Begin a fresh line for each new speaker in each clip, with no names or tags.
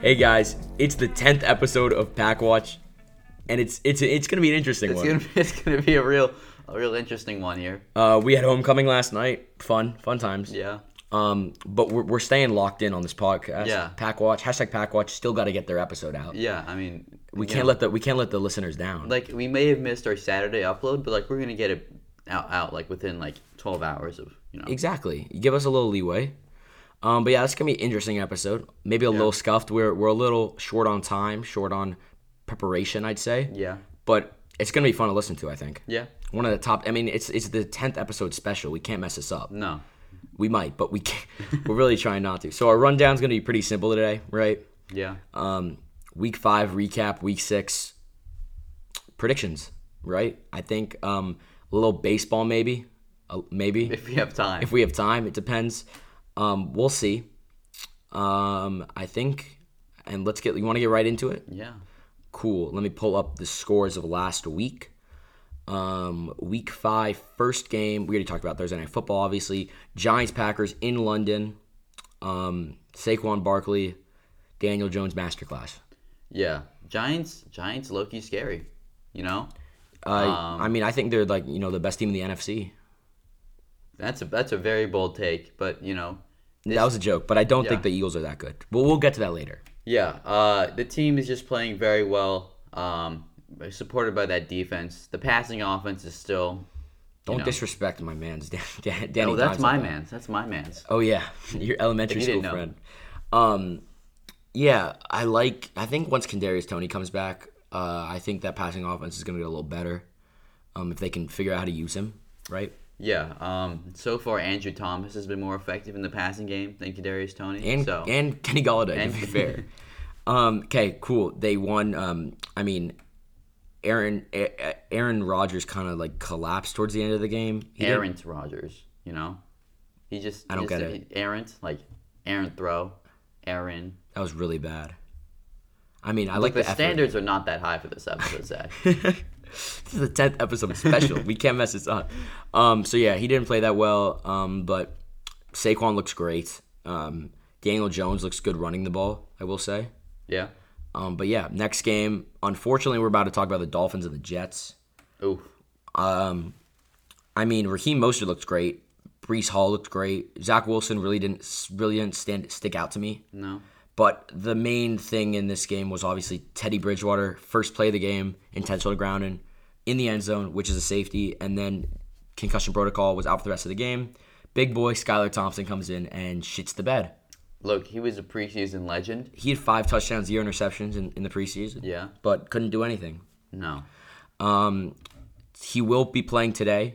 Hey guys, it's the tenth episode of Packwatch, and it's it's it's gonna be an interesting
It's
one.
gonna, be, it's gonna be a real, a real interesting one here.
Uh, we had homecoming last night. Fun, fun times.
Yeah.
Um, but we're, we're staying locked in on this podcast.
Yeah.
Packwatch hashtag Packwatch. Still got to get their episode out.
Yeah. I mean,
We can't let the we can't let the listeners down.
like we may have missed our Saturday upload, but like we're gonna get it out out like within like twelve hours of you know.
exactly. Give us a little leeway. Um, but yeah, it's gonna be an interesting episode. Maybe a little scuffed. We're we're a little short on time, short on preparation, I'd say.
Yeah.
But it's gonna be fun to listen to. I think.
Yeah.
One of the top. I mean, it's it's the tenth episode special. We can't mess this up.
No.
We might, but we can't, we're really trying not to. So our rundown's gonna be pretty simple today, right?
Yeah.
Um, week five recap, week six predictions, right? I think um, a little baseball maybe, uh, maybe
If we have time.
if we have time. It depends. Um, we'll see. Um, I think, and let's get. You want to get right into it?
yeah.
Cool. Let me pull up the scores of last week. Um, week five, first game. We already talked about Thursday night football, obviously. Giants Packers in London. Um, Saquon Barkley, Daniel Jones masterclass.
Yeah. Giants. Giants. Loki scary. You know.
Uh,
Um,
I mean, I think they're like you know the best team in the NFC.
That's a that's a very bold take, but you know.
That was a joke, but I don't think the
Yeah.
Eagles are that good. Well, we'll get to that later.
Yeah, uh, the team is just playing very well, um, supported by that defense. The passing offense is still.
Don't
know.
disrespect my man's Dan, Dan, Danny.
Oh, that's
Dimes
my
like that.
man's. That's my man's.
Oh yeah, your elementary
If you
school
didn't know.
friend. Um, yeah, I like. I think once Kadarius Tony comes back, uh, I think that passing offense is going to get a little better um, if they can figure out how to use him. Right,
Yeah. Um, so far, Andrew Thomas has been more effective in the passing game than Kadarius Tony.
and
so
and Kenny Galladay. to be fair. Um, okay, cool. They won. Um, I mean, Aaron A- A- Aaron Rodgers kind of like collapsed towards the end of the game. He didn't-
errant Rogers, you know, he just I
don't get
it. Errant, like errant throw, Aaron.
that was really bad. I mean, I
Like
like
the
effort.
standards are not that high for this episode, Zach.
This is the tenth episode special. we can't mess this up. Um, so yeah, he didn't play that well. Um, but Saquon looks great. Um, Daniel Jones looks good running the ball. I will say.
yeah.
Um, but yeah, next game. Unfortunately, we're about to talk about the Dolphins and the Jets.
Ooh.
I mean, Raheem Mostert looks great. Brees Hall looked great. Zach Wilson really didn't really didn't stand stick out to me.
No.
But the main thing in this game was obviously Teddy Bridgewater, first play of the game, intentional grounding in the end zone, which is a safety, and then concussion protocol was out for the rest of the game. Big boy Skylar Thompson comes in and shits the bed.
Look, he was a preseason legend.
He had five touchdowns, zero interceptions in, in the preseason.
Yeah.
But couldn't do anything.
No.
He will be playing today.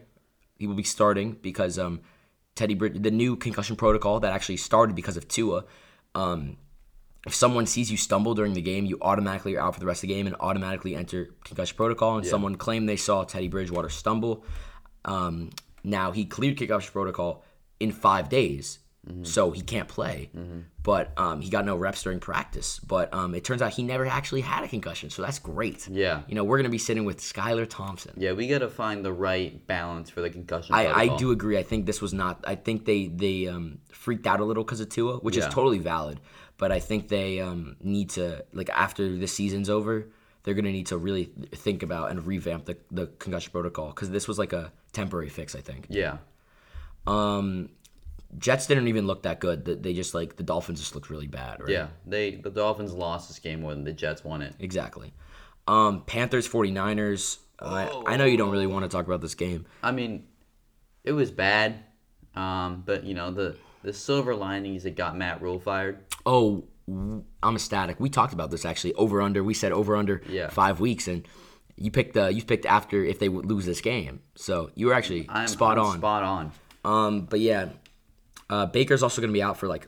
He will be starting because um, Teddy Brid- the new concussion protocol that actually started because of Tua. Um, if someone sees you stumble during the game, you automatically are out for the rest of the game and automatically enter concussion protocol. And someone claimed they saw Teddy Bridgewater stumble. Um, now he cleared concussion protocol in five days, so he can't play. But um, he got no reps during practice. But um, it turns out he never actually had a concussion, so that's great.
Yeah.
You know, we're gonna be sitting with Skylar Thompson.
Yeah, we gotta find the right balance for the concussion.
I, I
protocol.
do agree. I think this was not. I think they they um, freaked out a little because of Tua, which
Yeah.
is totally valid. But I think they um, need to like after the season's over, they're gonna need to really think about and revamp the the concussion protocol because this was like a temporary fix. I think
Yeah.
Jets didn't even look that good. They- They just like the Dolphins just looked really bad. Right?
Yeah. They the Dolphins lost this game more than the Jets won it.
exactly. Um, Panthers 49ers. I, I know you don't really want to talk about this game.
I mean, it was bad. Um, but you know, the the silver lining is it got Matt Rule fired.
oh w- i'm ecstatic we talked about this actually over under we said over under
Yeah.
five weeks and you picked uh, you picked after if they would lose this game so you were actually
I'm
spot
I'm
on
Spot on.
um but yeah uh, baker's also gonna be out for like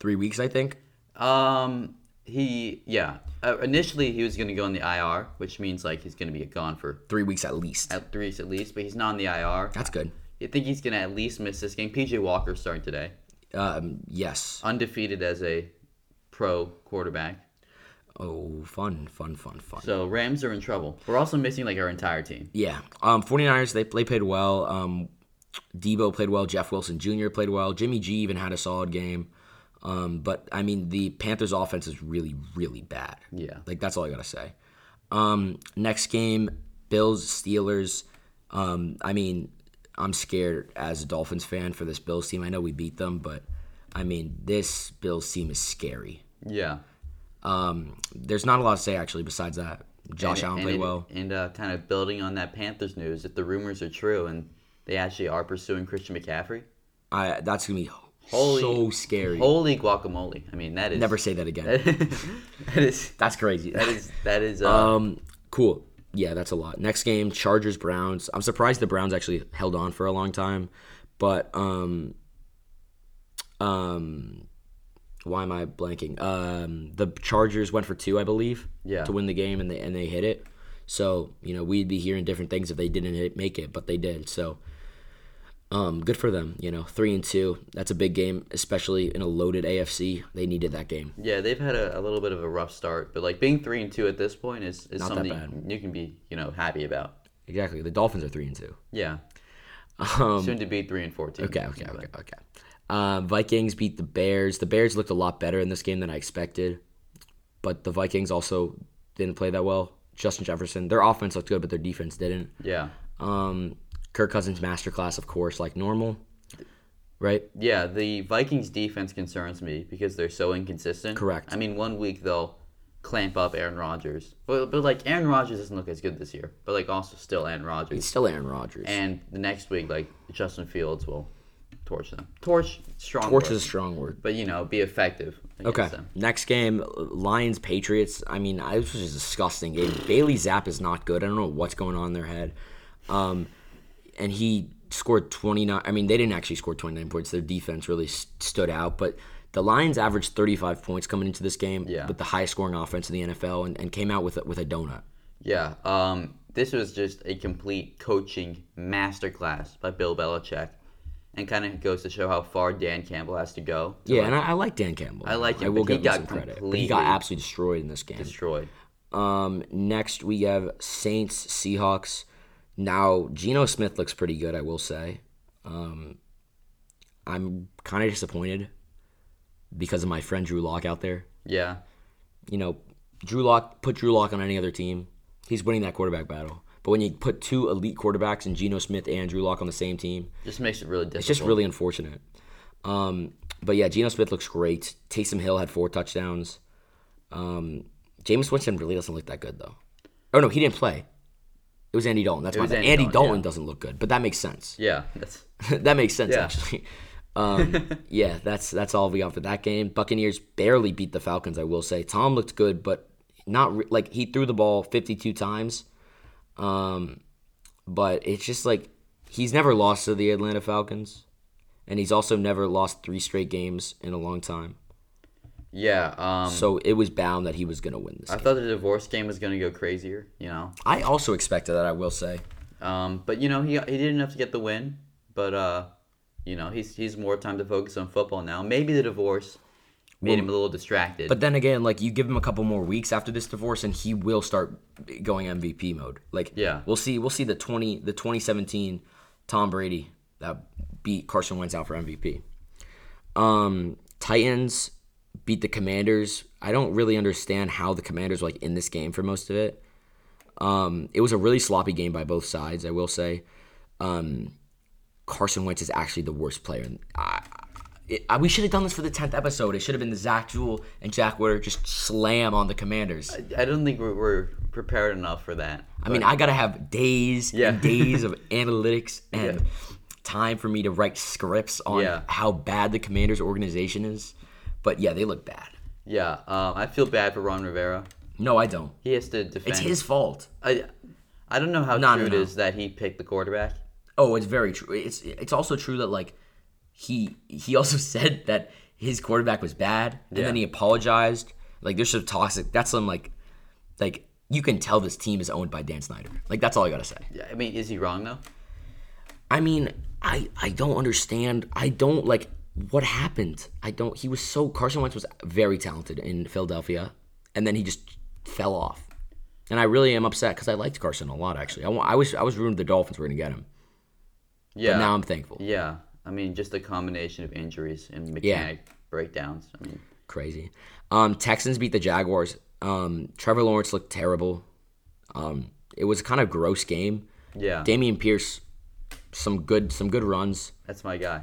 three weeks i think
Um, he yeah. Uh, initially, he was going to go on the IR, which means like he's going to be gone for
three weeks at least
at three at least. But he's not on the IR.
that's good
You think he's going to at least miss this game? PJ Walker starting today,
um yes
undefeated as a pro quarterback.
oh fun fun fun fun
So Rams are in trouble. We're also missing like our entire team.
yeah um 49ers they, they played well um debo played well jeff wilson jr played well jimmy g even had a solid game Um, but I mean, the Panthers' offense is really, really bad.
Yeah.
like that's all I gotta say. Um, next game, Bills Steelers. Um, I mean, I'm scared as a Dolphins fan for this Bills team. I know we beat them, but I mean, this Bills team is scary.
Yeah.
Um, there's not a lot to say actually besides that. Josh
And-
Allen
and
played
it-
well.
And uh, kind of building on that Panthers news, if the rumors are true and they actually are pursuing Christian McCaffrey,
I that's gonna be
Holy-
so scary.
holy guacamole! I mean, that is
Never say that again.
that is
that's crazy.
that is that is uh,
Um, cool. Yeah, that's a lot. Next game, Chargers Browns. I'm surprised the Browns actually held on for a long time, but um, um, why am I blanking? Um, the Chargers went for two, I believe,
Yeah.
to win the game, and they and they hit it. So you know we'd be hearing different things if they didn't hit, make it, but they did. So um, good for them. You know, three and two. That's a big game, especially in a loaded AFC. They needed that game.
yeah. They've had a, a little bit of a rough start, but like being three and two at this point is, is
that
something
bad.
you can be you know happy about.
Exactly. The Dolphins are three and two.
Yeah. Soon to be three and fourteen.
Um, Okay, okay, okay, okay. Um, Vikings beat the Bears. The Bears looked a lot better in this game than I expected, but the Vikings also didn't play that well. Justin Jefferson, their offense looked good, but their defense didn't.
Yeah.
Um, Kirk Cousins masterclass, of course, like normal, right?
Yeah, the Vikings defense concerns me because they're so inconsistent.
Correct.
I mean, one week they'll clamp up Aaron Rodgers, but but like Aaron Rodgers doesn't look as good this year. But like also still Aaron
It's
Rodgers,
still Aaron Rodgers.
and the next week like Justin Fields will torch them. Torch strong.
Torch
word,
is a strong word.
but you know be effective. Against
Okay,
Them.
next game, Lions Patriots. I mean, I, this was just a disgusting game. Bailey Zapp is not good. I don't know what's going on in their head. Um, and he scored 29 i mean they didn't actually score 29 points their defense really s- stood out but the lions averaged 35 points coming into this game
Yeah.
with the highest scoring offense in the nfl and, and came out with a, with a donut
Yeah. Um. This was just a complete coaching masterclass by Bill Belichick, and kind of goes to show how far Dan Campbell has to go. to,
yeah
like,
and I, I like dan campbell i
like him,
i will
but he
give him some
got
credit but he got
completely
absolutely destroyed in this game
destroyed.
um next we have saints seahawks now Geno smith looks pretty good i will say um i'm kind of disappointed because of my friend drew lock out there
Yeah.
you know, Drew Lock put Drew Lock on any other team, he's winning that quarterback battle. But when you put two elite quarterbacks and Geno Smith and Drew Lock on the same team,
Just makes it really difficult.
it's just really unfortunate. Um, but yeah, Geno Smith looks great. Taysom Hill had four touchdowns. Um, James Winston really doesn't look that good though. Oh no, he didn't play. It was Andy Dalton. That's my
was
bad. Andy,
Andy
Dalton,
Dalton,
doesn't look good, but that makes sense.
Yeah, that's
that makes sense
Yeah.
actually. Um, yeah, that's that's all we got for that game. Buccaneers barely beat the Falcons. I will say Tom looked good, but not re- like he threw the ball 52 times. Um, but it's just like he's never lost to the Atlanta Falcons, and he's also never lost three straight games in a long time.
yeah. Um,
So it was bound that he was going to win this.
I
game.
thought the divorce game was gonna go crazier, you know.
I also expected that. I will say.
Um, but you know he he did enough to get the win, but uh, you know he's he's more time to focus on football now. Maybe the divorce made him a little distracted.
But then again, like you give him a couple more weeks after this divorce, and he will start going MVP mode. Like
Yeah.
we'll see. We'll see the twenty the twenty seventeen Tom Brady that beat Carson Wentz out for MVP. Um, Titans beat the Commanders. I don't really understand how the Commanders were like in this game for most of it. Um, it was a really sloppy game by both sides. I will say, um, Carson Wentz is actually the worst player. in- I, it, I, we should have done this for the tenth episode. It should have been the Zach Jewell and Jack Witter just slam on the Commanders.
I don't think we're, we're prepared enough for that.
I mean, I gotta have days
Yeah.
and days of analytics and time for me to write scripts on
Yeah.
how bad the Commanders organization is. But yeah, they look bad.
Yeah, um, I feel bad for Ron Rivera.
No, I don't.
He has to defend.
It's his fault.
I, I don't know how
No,
true
no,
it
no.
is that he picked the quarterback.
Oh, it's very true. It's it's also true that like he he also said that his quarterback was bad, and
Yeah.
then he apologized. Like there's some toxic. That's some like like you can tell this team is owned by Dan Snyder. Like that's all I gotta say.
Yeah, I mean, is he wrong though?
I mean, I I don't understand. I don't like what happened. I don't. He was so Carson Wentz was very talented in Philadelphia, and then he just fell off. And I really am upset because I liked Carson a lot. Actually, I, wa- I was I was ruined the Dolphins were gonna get him.
Yeah.
Now I'm thankful.
Yeah, I mean, just a combination of injuries and mechanic breakdowns. I mean,
Crazy. Um, Texans beat the Jaguars. Um, Trevor Lawrence looked terrible. Um, it was a kind of gross game.
yeah,
Damian Pierce, some good some good runs.
that's my guy.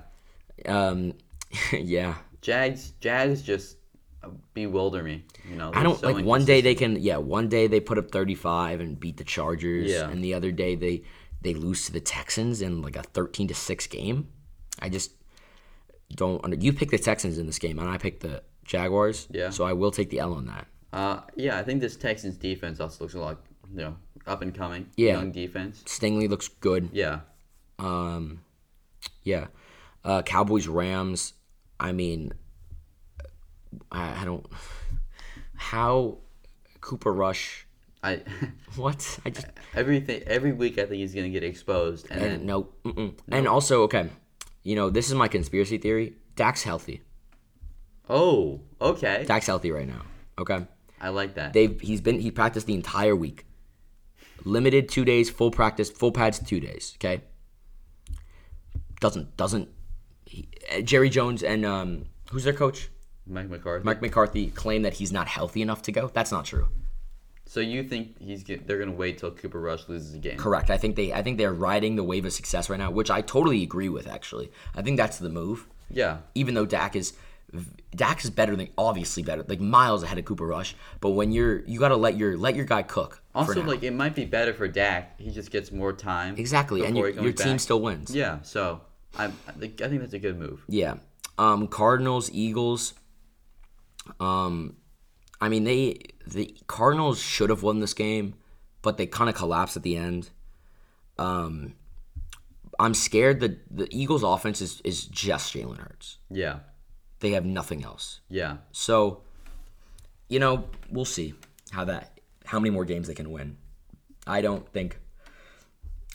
Um, yeah,
Jags, Jags just uh, bewilder me. You know,
I
they're
don't
so
like one day
inconsistent.
they can yeah one day they put up thirty five and beat the Chargers
Yeah.
and the other day they they lose to the Texans in like a thirteen to six game. I just don't under you pick the Texans in this game and I pick the Jaguars.
Yeah.
So I will take the L on that.
Uh, yeah, I think this Texans defense also looks like you know up and coming,
Yeah.
young defense.
Stingley looks good.
Yeah,
Yeah. Uh, Cowboys, Rams. I mean, I, I don't. How Cooper Rush?
I
What? I just
everything every week I think he's gonna get exposed, and
and
then
no. Mm-mm. And also, okay, you know, this is my conspiracy theory. Dak's healthy.
oh, okay,
Dak's healthy right now. Okay.
I like that.
They've he's been he practiced the entire week. Limited two days, full practice, full pads two days. Okay. Doesn't doesn't. He, uh, Jerry Jones and um, who's their coach?
Mike McCarthy.
Mike McCarthy claimed that he's not healthy enough to go. That's not true.
so you think he's get, they're gonna wait till Cooper Rush loses a game?
Correct. I think they I think they're riding the wave of success right now, which I totally agree with actually. I think that's the move.
Yeah,
Even though Dak is Dak is better than obviously better, like miles ahead of Cooper Rush, but when you're you got to let your let your guy cook. for
Also,
now.
like it might be better for Dak. He just gets more time.
exactly, and
before
your,
he comes
your team
back.
still wins.
Yeah. So I, I think I think that's a good move.
Yeah. Um, Cardinals, Eagles. Um, I mean they the Cardinals should have won this game, but they kind of collapsed at the end. Um, I'm scared that the Eagles' offense is is just Jalen Hurts.
Yeah.
They have nothing else.
Yeah.
So, you know, we'll see how that how many more games they can win. I don't think.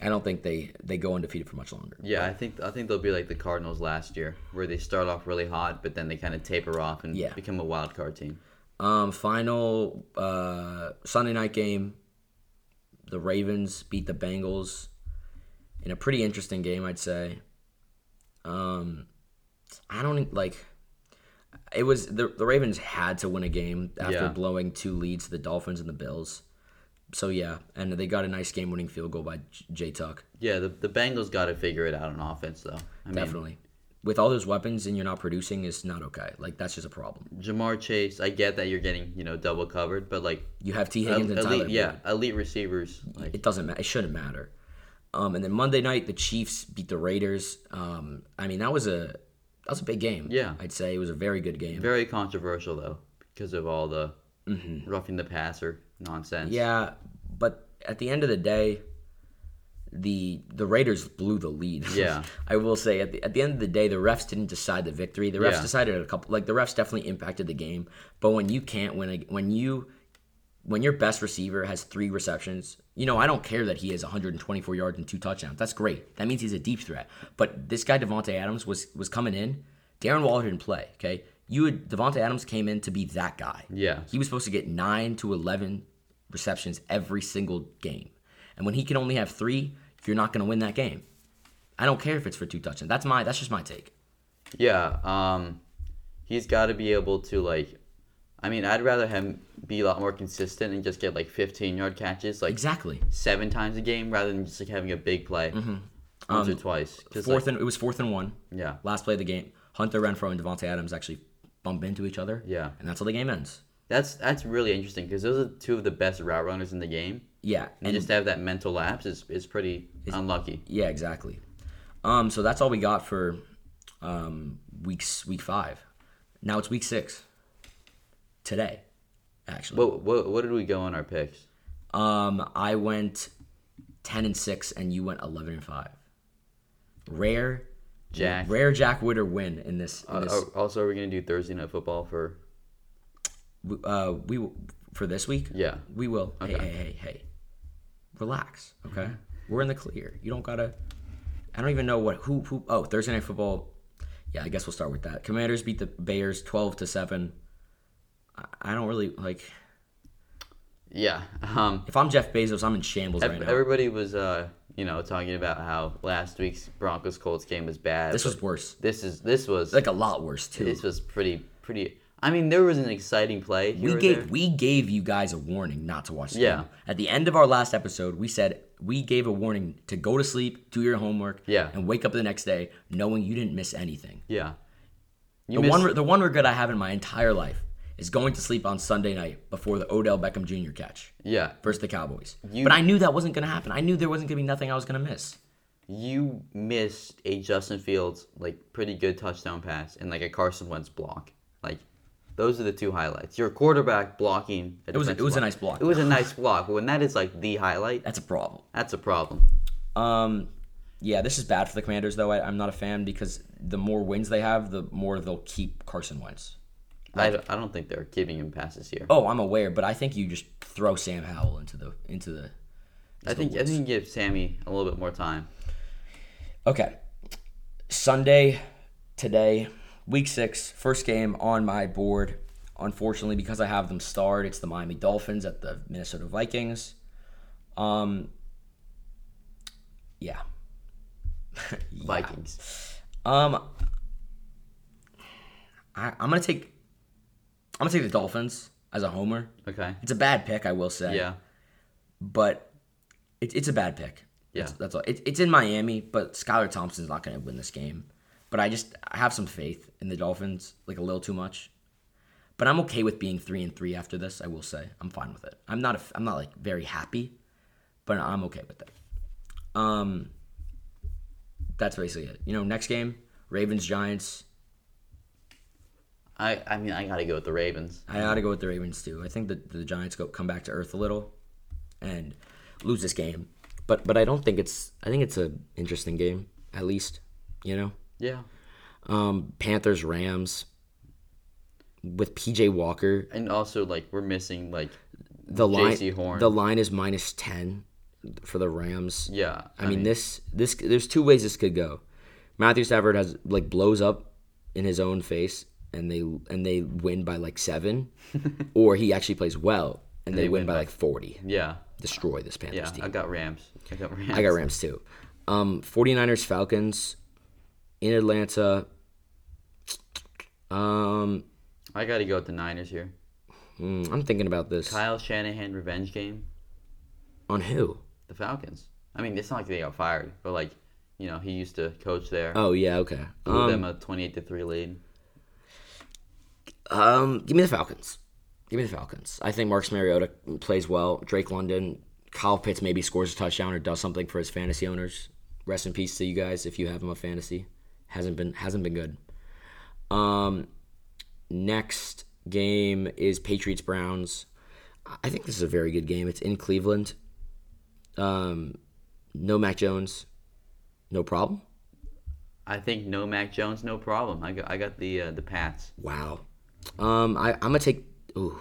I don't think they they go undefeated for much longer.
Yeah. I think I think they'll be like the Cardinals last year, where they start off really hot, but then they kind of taper off and
Yeah.
become a wild card team.
Um, final uh, Sunday night game. The Ravens beat the Bengals in a pretty interesting game, I'd say. Um, I don't e, like. It was the the Ravens had to win a game after
Yeah.
blowing two leads to the Dolphins and the Bills. So yeah, and they got a nice game winning field goal by J- Jay Tuck.
Yeah. The the Bengals got to figure it out on offense, though. I mean,
Definitely. With all those weapons and you're not producing is not okay. Like that's just a problem.
Jamar Chase. I get that you're getting you know double covered, but like
You have T
el-
Higgins and Tyler.
Um, elite,
Boyd.
yeah, elite receivers. Like
it doesn't matter. It shouldn't matter. Um, and then Monday night, the Chiefs beat the Raiders. Um, I mean, that was a that was a big game.
Yeah.
I'd say it was a very good game.
very controversial though, because of all the roughing the passer nonsense.
Mm-hmm. yeah, but at the end of the day, the the Raiders blew the lead.
Yeah.
I will say at the at the end of the day, the refs didn't decide the victory. The refs
Yeah.
decided a couple. Like the refs definitely impacted the game. But when you can't win, a, when you when your best receiver has three receptions, you know, I don't care that he has 124 yards and two touchdowns. That's great. That means he's a deep threat. But this guy Devonte Adams was was coming in. Darren Waller didn't play. Okay, you would Devonte Adams came in to be that guy.
Yeah.
he was supposed to get nine to 11 receptions every single game, and when he can only have three, you're not going to win that game. I don't care if it's for two touchdowns. That's my that's just my take.
Yeah, um, he's got to be able to like. I mean, I'd rather him be a lot more consistent and just get like 15 yard catches, like
Exactly.
seven times a game, rather than just like having a big play once or twice. 'Cause,
Mm-hmm. Um, Fourth and it was fourth and one.
like, yeah,
Last play of the game, Hunter Renfro and Devonte Adams actually bump into each other.
Yeah.
and that's how the game ends.
that's that's really interesting because those are two of the best route runners in the game,
Yeah,
and, just to have that mental lapse is is pretty unlucky.
yeah, exactly. Um, so that's all we got for um, weeks week five. Now it's week six. Today, actually.
What, what what did we go on our picks?
Um, I went ten and six, and you went eleven and five. Rare,
Jack.
Rare Jack Witter win in this. In
Uh,
this
are- also, are we gonna do Thursday night football for?
w- uh, we w- for this week.
Yeah.
we will. Hey, hey, hey, hey. Relax, okay?
Mm-hmm.
We're in the clear. You don't gotta. I don't even know what who who. Oh, Thursday night football. Yeah, I guess we'll start with that. Commanders beat the Bears twelve to seven. I- I don't really like.
Yeah. Um,
If I'm Jeff Bezos, I'm in shambles right now.
Everybody was uh, you know, talking about how last week's Broncos Colts game was bad.
This
but
was worse.
this is this was
Like a lot worse too.
this was pretty pretty. I mean, there was an exciting play. Here
we
or
gave
there.
we gave you guys a warning not to watch the
Yeah.
game. At the end of our last episode, we said we gave a warning to go to sleep, do your homework,
Yeah.
and wake up the next day knowing you didn't miss anything.
yeah. You
The
missed-
one re- the one regret I have in my entire life is going to sleep on Sunday night before the Odell Beckham Jr. catch
yeah.
versus the Cowboys.
You-
but I knew that wasn't going to happen. I knew there wasn't going to be nothing I was going to miss.
You missed a Justin Fields like pretty good touchdown pass and like a Carson Wentz block. Like those are the two highlights. Your quarterback blocking. A
It was a- it
defensive
was a
line-
nice block.
It was a nice block. But when that is like the highlight,
That's a problem.
that's a problem.
Um, yeah, this is bad for the Commanders though. I, I'm not a fan because the more wins they have, the more they'll keep Carson Wentz.
I don't, I don't think they're giving him passes here.
Oh, I'm aware, but I think you just throw Sam Howell into the into the.
I think I think you give Sammy a little bit more time.
Okay, Sunday today, week six, first game on my board. Unfortunately, because I have them starred, it's the Miami Dolphins at the Minnesota Vikings. Um. Yeah. Yeah.
Vikings.
Um, I, I'm gonna take. I'm gonna take the Dolphins as a homer.
Okay.
It's a bad pick, I will say.
Yeah.
But it, it's a bad pick.
Yeah.
That's, that's all. It, it's in Miami, but Skylar Thompson's not gonna win this game. But I just I have some faith in the Dolphins, like a little too much. But I'm okay with being three and three after this. I will say I'm fine with it. I'm not a, f- I'm not like very happy, but I'm okay with it. Um, that's basically it. You know, next game, Ravens Giants.
I I mean I gotta go with the Ravens.
I ought to go with the Ravens too. I think that the Giants go come back to earth a little and lose this game. But but I don't think it's I think it's a interesting game at least, you know.
Yeah.
Um Panthers Rams with PJ Walker.
And also like we're missing like
The line
J.C. Horn.
the line is minus 10 for the Rams.
yeah.
I mean, this this there's two ways this could go. Matthew Stafford has like blows up in his own face and they and they win by like 7 or he actually plays well and, they, win, by like 40.
yeah.
Destroy this Panthers
Yeah.
team.
I got Rams. I got Rams.
I got Rams too. Um 49ers Falcons in Atlanta. Um
I gotta go with the Niners here.
mm, I'm thinking about this
Kyle Shanahan revenge game.
on who?
The Falcons. I mean, it's not like they got fired, but like, you know, he used to coach there.
Oh yeah, okay.
Blew
Um,
them a twenty-eight to three lead.
Um, give me the Falcons. Give me the Falcons. I think Marcus Mariota plays well. Drake London, Kyle Pitts maybe scores a touchdown or does something for his fantasy owners. Rest in peace to you guys if you have him on fantasy. Hasn't been hasn't been good. Um, next game is Patriots Browns. I think this is a very good game. It's in Cleveland. Um, no Mac Jones, no problem.
I think no Mac Jones, no problem. I got I got the uh, the Pats.
Wow. Um, I, I'm gonna take ooh.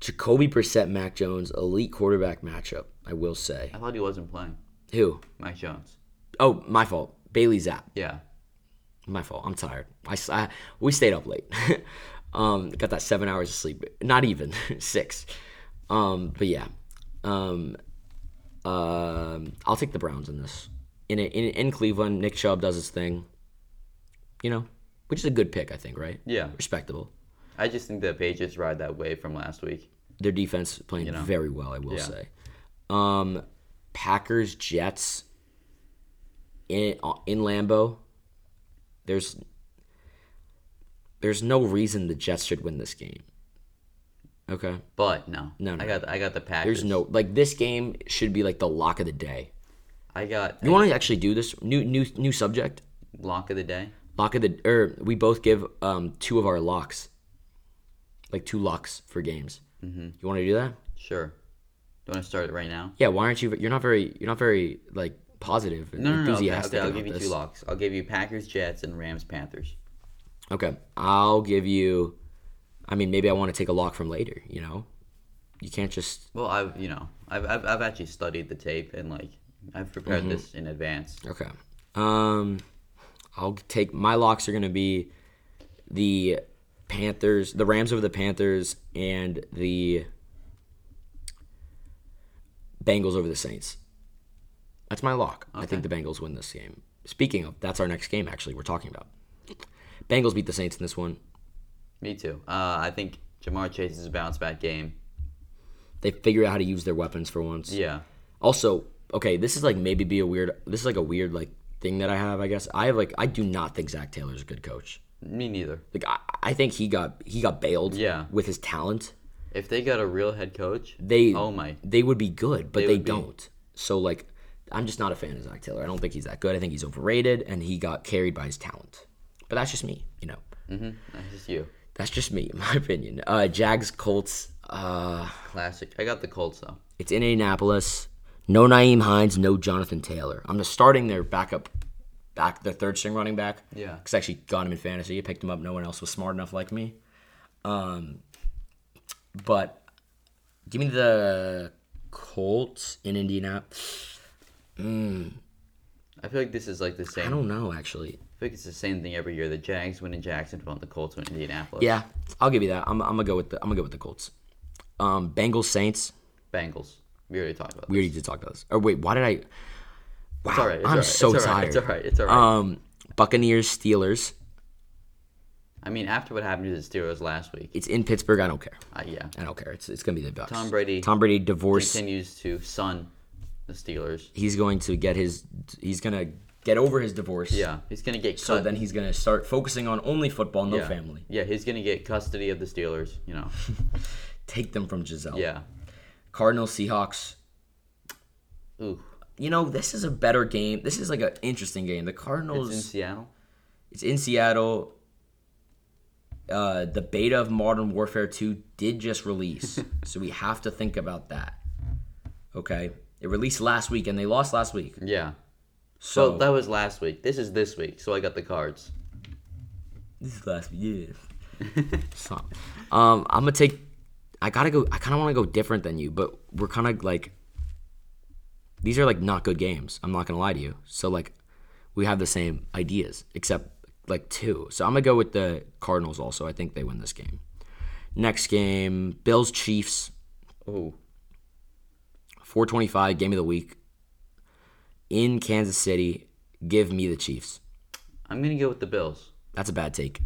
Jacoby Brissett, Mac Jones, elite quarterback matchup. I will say.
I thought he wasn't playing.
Who?
Mac Jones.
Oh, my fault. Bailey Zapp.
Yeah.
My fault. I'm tired. I, s- I- we stayed up late. um, got that seven hours of sleep. Not even six. Um, but yeah. Um, um, I'll take the Browns in this. In, in in Cleveland, Nick Chubb does his thing. You know, which is a good pick, I think. Right?
Yeah.
Respectable.
I just think the Patriots ride that wave from last week.
their defense playing
know?
very well, I will
Yeah.
say. Um, Packers Jets in in Lambeau. There's there's no reason the Jets should win this game. Okay.
But no,
No, no.
I got I got the Packers.
There's no like this game should be like the lock of the day.
I got
You want to actually do this new new new subject?
lock of the day.
Lock of the or we both give um two of our locks, like two locks for games. Mm-hmm. You want to do that?
Sure. Do you want to start it right now?
Yeah, why aren't you? You're not very. You're not very like positive and
No, no, no. Okay,
enthusiastic
okay, I'll
about
give you
this.
two locks. I'll give you Packers, Jets, and Rams, Panthers.
Okay, I'll give you. I mean, maybe I want to take a lock from later. You know, you can't just.
Well, I've you know I've I've, I've actually studied the tape and like I've prepared
Mm-hmm.
this in advance.
Okay. Um, I'll take my locks are gonna be the Panthers, the Rams over the Panthers, and the Bengals over the Saints. That's my lock. I think the Bengals win this game. Speaking of, that's our next game. Actually, we're talking about. Bengals beat the Saints in this one.
Me too. Uh, I think Jamar Chase is a bounce back game.
They figure out how to use their weapons for once.
Yeah.
Also, okay, this is like maybe be a weird. This is like a weird like thing that I have. I guess I have like I do not think Zach Taylor's a good coach.
Me neither.
Like I, I think he got he got bailed.
Yeah.
With his talent,
If they got a real head coach,
they
oh my,
they would be good, but they,
would be.
don't. So like, I'm just not a fan of Zach Taylor. I don't think he's that good. I think he's overrated, and he got carried by his talent. But that's just me, you know.
that's just you.
That's just me, in my opinion. Uh, Jags Colts. Uh,
Classic. I got the Colts though.
it's in Indianapolis. No Naeem Hines, no Jonathan Taylor. I'm just starting their backup, back their third string running back.
Yeah.
because I actually got him in fantasy. I picked him up. No one else was smart enough like me. Um, but give me the Colts in Indianapolis.
I feel like this is like the same.
I
I,
don't know actually.
feel like it's the same thing every year. The Jags win in Jacksonville, and the Colts win in Indianapolis.
Yeah, I'll give you that. I'm, I'm gonna go with the I'm gonna go with the Colts. Um, Bengals Saints.
Bengals. We already talked about.
We already did talk about this. Or wait, why did I? Wow,
It's all right. It's
I'm
all right,
so
it's all right,
tired.
It's all right. It's all right.
Um, Buccaneers Steelers.
I mean, after what happened to the Steelers last week,
It's in Pittsburgh. I don't care.
uh, yeah,
I don't care. It's it's gonna be the Bucks.
Tom Brady
Tom Brady divorce.
continues to sun the Steelers.
He's going to get his. He's gonna get over his divorce.
Yeah, he's gonna get
So
cut.
then he's gonna start focusing on only football, no
yeah.
family.
Yeah, he's gonna get custody of the Steelers. You know.
Take them from Giselle.
yeah.
Cardinal Seahawks.
Ooh.
You know this is a better game. This is like an interesting game. The Cardinals.
It's in Seattle.
It's in Seattle. Uh, the beta of Modern Warfare 2 did just release, so we have to think about that. Okay, it released last week and they lost last week.
Yeah.
So
well, that was last week. This is this week, so I got the cards.
this is last week. Yeah. so, um, I'm gonna take. I gotta go. I kind of want to go different than you, but we're kind of like. These are like not good games. I'm not gonna lie to you. So like, we have the same ideas except like two. So I'm gonna go with the Cardinals. Also, I think they win this game. Next game, Bills Chiefs,
Oh,
425 game of the week. In Kansas City, give me the Chiefs.
I'm gonna go with the Bills.
That's a bad take.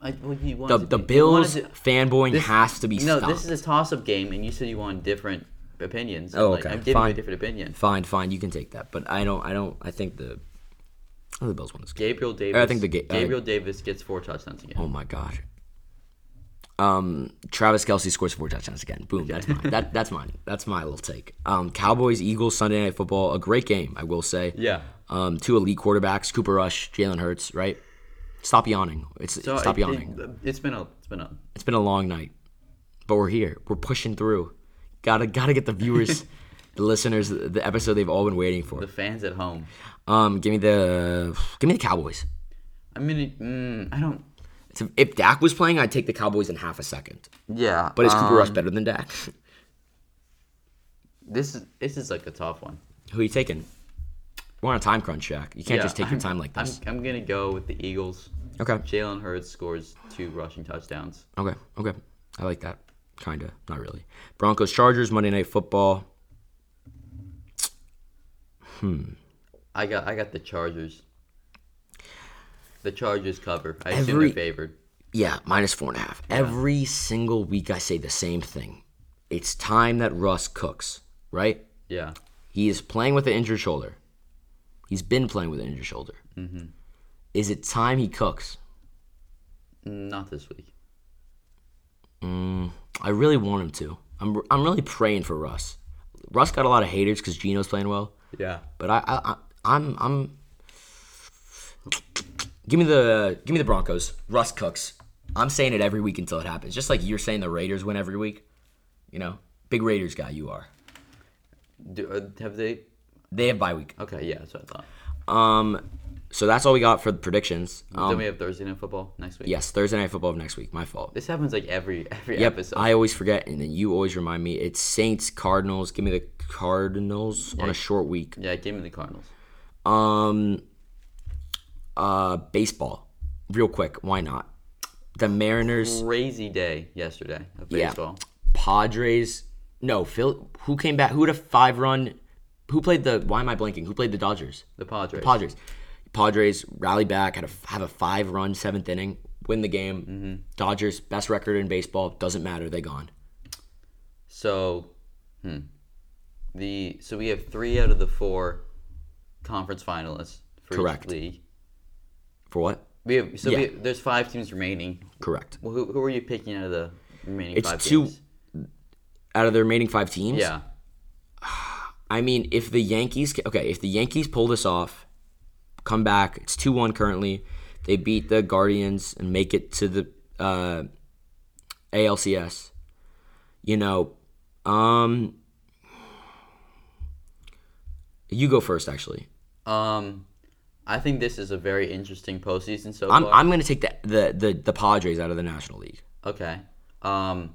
I, well,
The,
you wanted to
the
be- you
Bills
wanted to-
fanboying has to be
no,
stopped.
this is a toss-up game, and you said you want different opinions.
Oh,
Like,
okay,
I'm giving you
fine.
a different opinion.
Fine, fine, you can take that, but I don't. I don't. I think the oh, the Bills won this game.
Gabriel Davis.
I think the ga- uh,
Gabriel Davis gets four touchdowns again.
Oh my god. Um, Travis Kelsey scores four touchdowns again. Boom. That's mine. That, that's mine. That's my little take. Um, Cowboys, Eagles, Sunday Night Football. A great game, I will say.
Yeah.
Um, two elite quarterbacks, Cooper Rush, Jalen Hurts. Right. Stop yawning. It's stop
it,
yawning.
It, has been a, it's been a.
It's been a long night, but we're here. We're pushing through. Gotta gotta get the viewers, the listeners, the the episode they've all been waiting for.
The fans at home.
Um, give me the give me the Cowboys.
I'm gonna. Mm, I don't.
It's if Dak was playing, I'd take the Cowboys in half a second.
Yeah,
But is Cooper
Um,
Rush better than Dak?
this is this is like a tough one.
Who are you taking? We're on a time crunch, Jack. You can't
Yeah,
just take your
I'm-
time like
I'm,
this.
I'm gonna go with the Eagles.
okay.
Jalen Hurts scores two rushing touchdowns.
Okay. Okay. I like that. Kinda. Not really. Broncos Chargers Monday Night Football.
I got I got the Chargers. The Chargers cover. I assume
Every-
they're favored.
Yeah, minus four and a half. Every single week, I say the same thing. It's time that Russ cooks. Right.
Yeah.
He is playing with an injured shoulder. He's been playing with an injured shoulder. Is it time he cooks?
Not this week.
I really want him to. I'm, I'm really praying for Russ. Russ got a lot of haters because Gino's playing well,
Yeah.
but I, I, I I'm I'm. Give me the give me the Broncos. Russ cooks. I'm saying it every week until it happens. Just like you're saying the Raiders win every week. You know, big Raiders guy you are.
Do, uh, have they?
They have bye week.
Okay. Yeah. That's what I thought.
Um, so that's all we got for the predictions. Um,
then we have Thursday night football next week.
yes, Thursday night football of next week. My fault.
This happens like every every
Yep,
episode.
I always forget, and then you always remind me. It's Saints, Cardinals. Give me the Cardinals on a short week.
yeah. Give me the Cardinals.
Um, uh, baseball, real quick. Why not? The Mariners,
Crazy day yesterday of
Yeah.
baseball.
Padres. No, Phil. Who came back? Who had a five-run who played the? Why am I blanking? Who played the Dodgers?
The Padres.
Padres. Padres rally back, had a, have a five run seventh inning, win the game.
Mm-hmm.
Dodgers, best record in baseball, doesn't matter, they gone.
So, hmm. the so we have three out of the four conference finalists for
Correct.
each league.
For what?
We have so we,
Yeah.
there's five teams remaining.
Correct.
Well, who who are you picking out of the remaining
It's
five
two-
teams?
Out of the remaining five teams,
Yeah,
I mean, if the Yankees, ca- okay, if the Yankees pull this off, come back, it's 2 1 currently, they beat the Guardians and make it to the uh, ALCS, you know, um, you go first, actually.
um, I think this is a very interesting postseason so
I'm,
far.
I'm going to take the, the, the, the Padres out of the National League.
Okay. Um,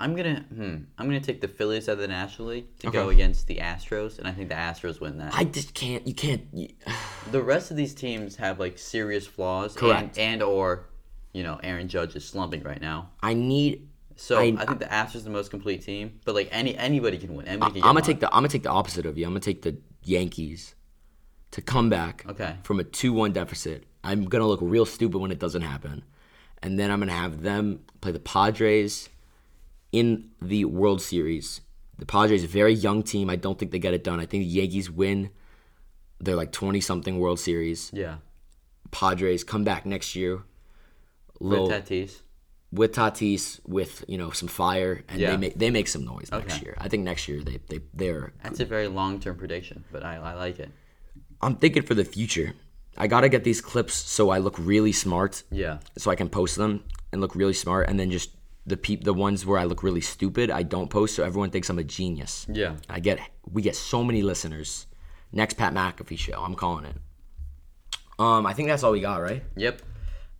I'm gonna hmm, I'm gonna take the Phillies out of the National League to go
Okay.
against the Astros, and I think the Astros win that.
I just can't, you can't, you-
the rest of these teams have like serious flaws,
Correct.
And, and or, you know, Aaron Judge is slumping right now.
I need,
So I,
I-
think the Astros are the most complete team, but like any anybody can win.
I'm
Anybody can get
gonna
one.
take the I'm gonna take the opposite of you. I'm gonna take the Yankees to come back
Okay.
from a two-one deficit. I'm gonna look real stupid when it doesn't happen, and then I'm gonna have them play the Padres in the World Series. The Padres, a very young team. I don't think they get it done. I think the Yankees win. They're like twenty-something World Series.
yeah
Padres come back next year.
with
Little,
Tatis.
with Tatis, with you know some fire, and
Yeah.
they make they make some noise next
Okay.
year. I think next year they they they're
That's a very long term prediction, but I, I like it.
I'm thinking for the future. I gotta get these clips so I look really smart,
Yeah.
so I can post them and look really smart, and then just the peep the ones where I look really stupid, I don't post, so everyone thinks I'm a genius.
Yeah.
I get we get so many listeners. Next Pat McAfee show, I'm calling it. Um, I think that's all we got, right?
Yep.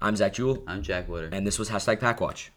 I'm Zach Jewell,
I'm Jack Wooder.
and this was hashtag PackWatch.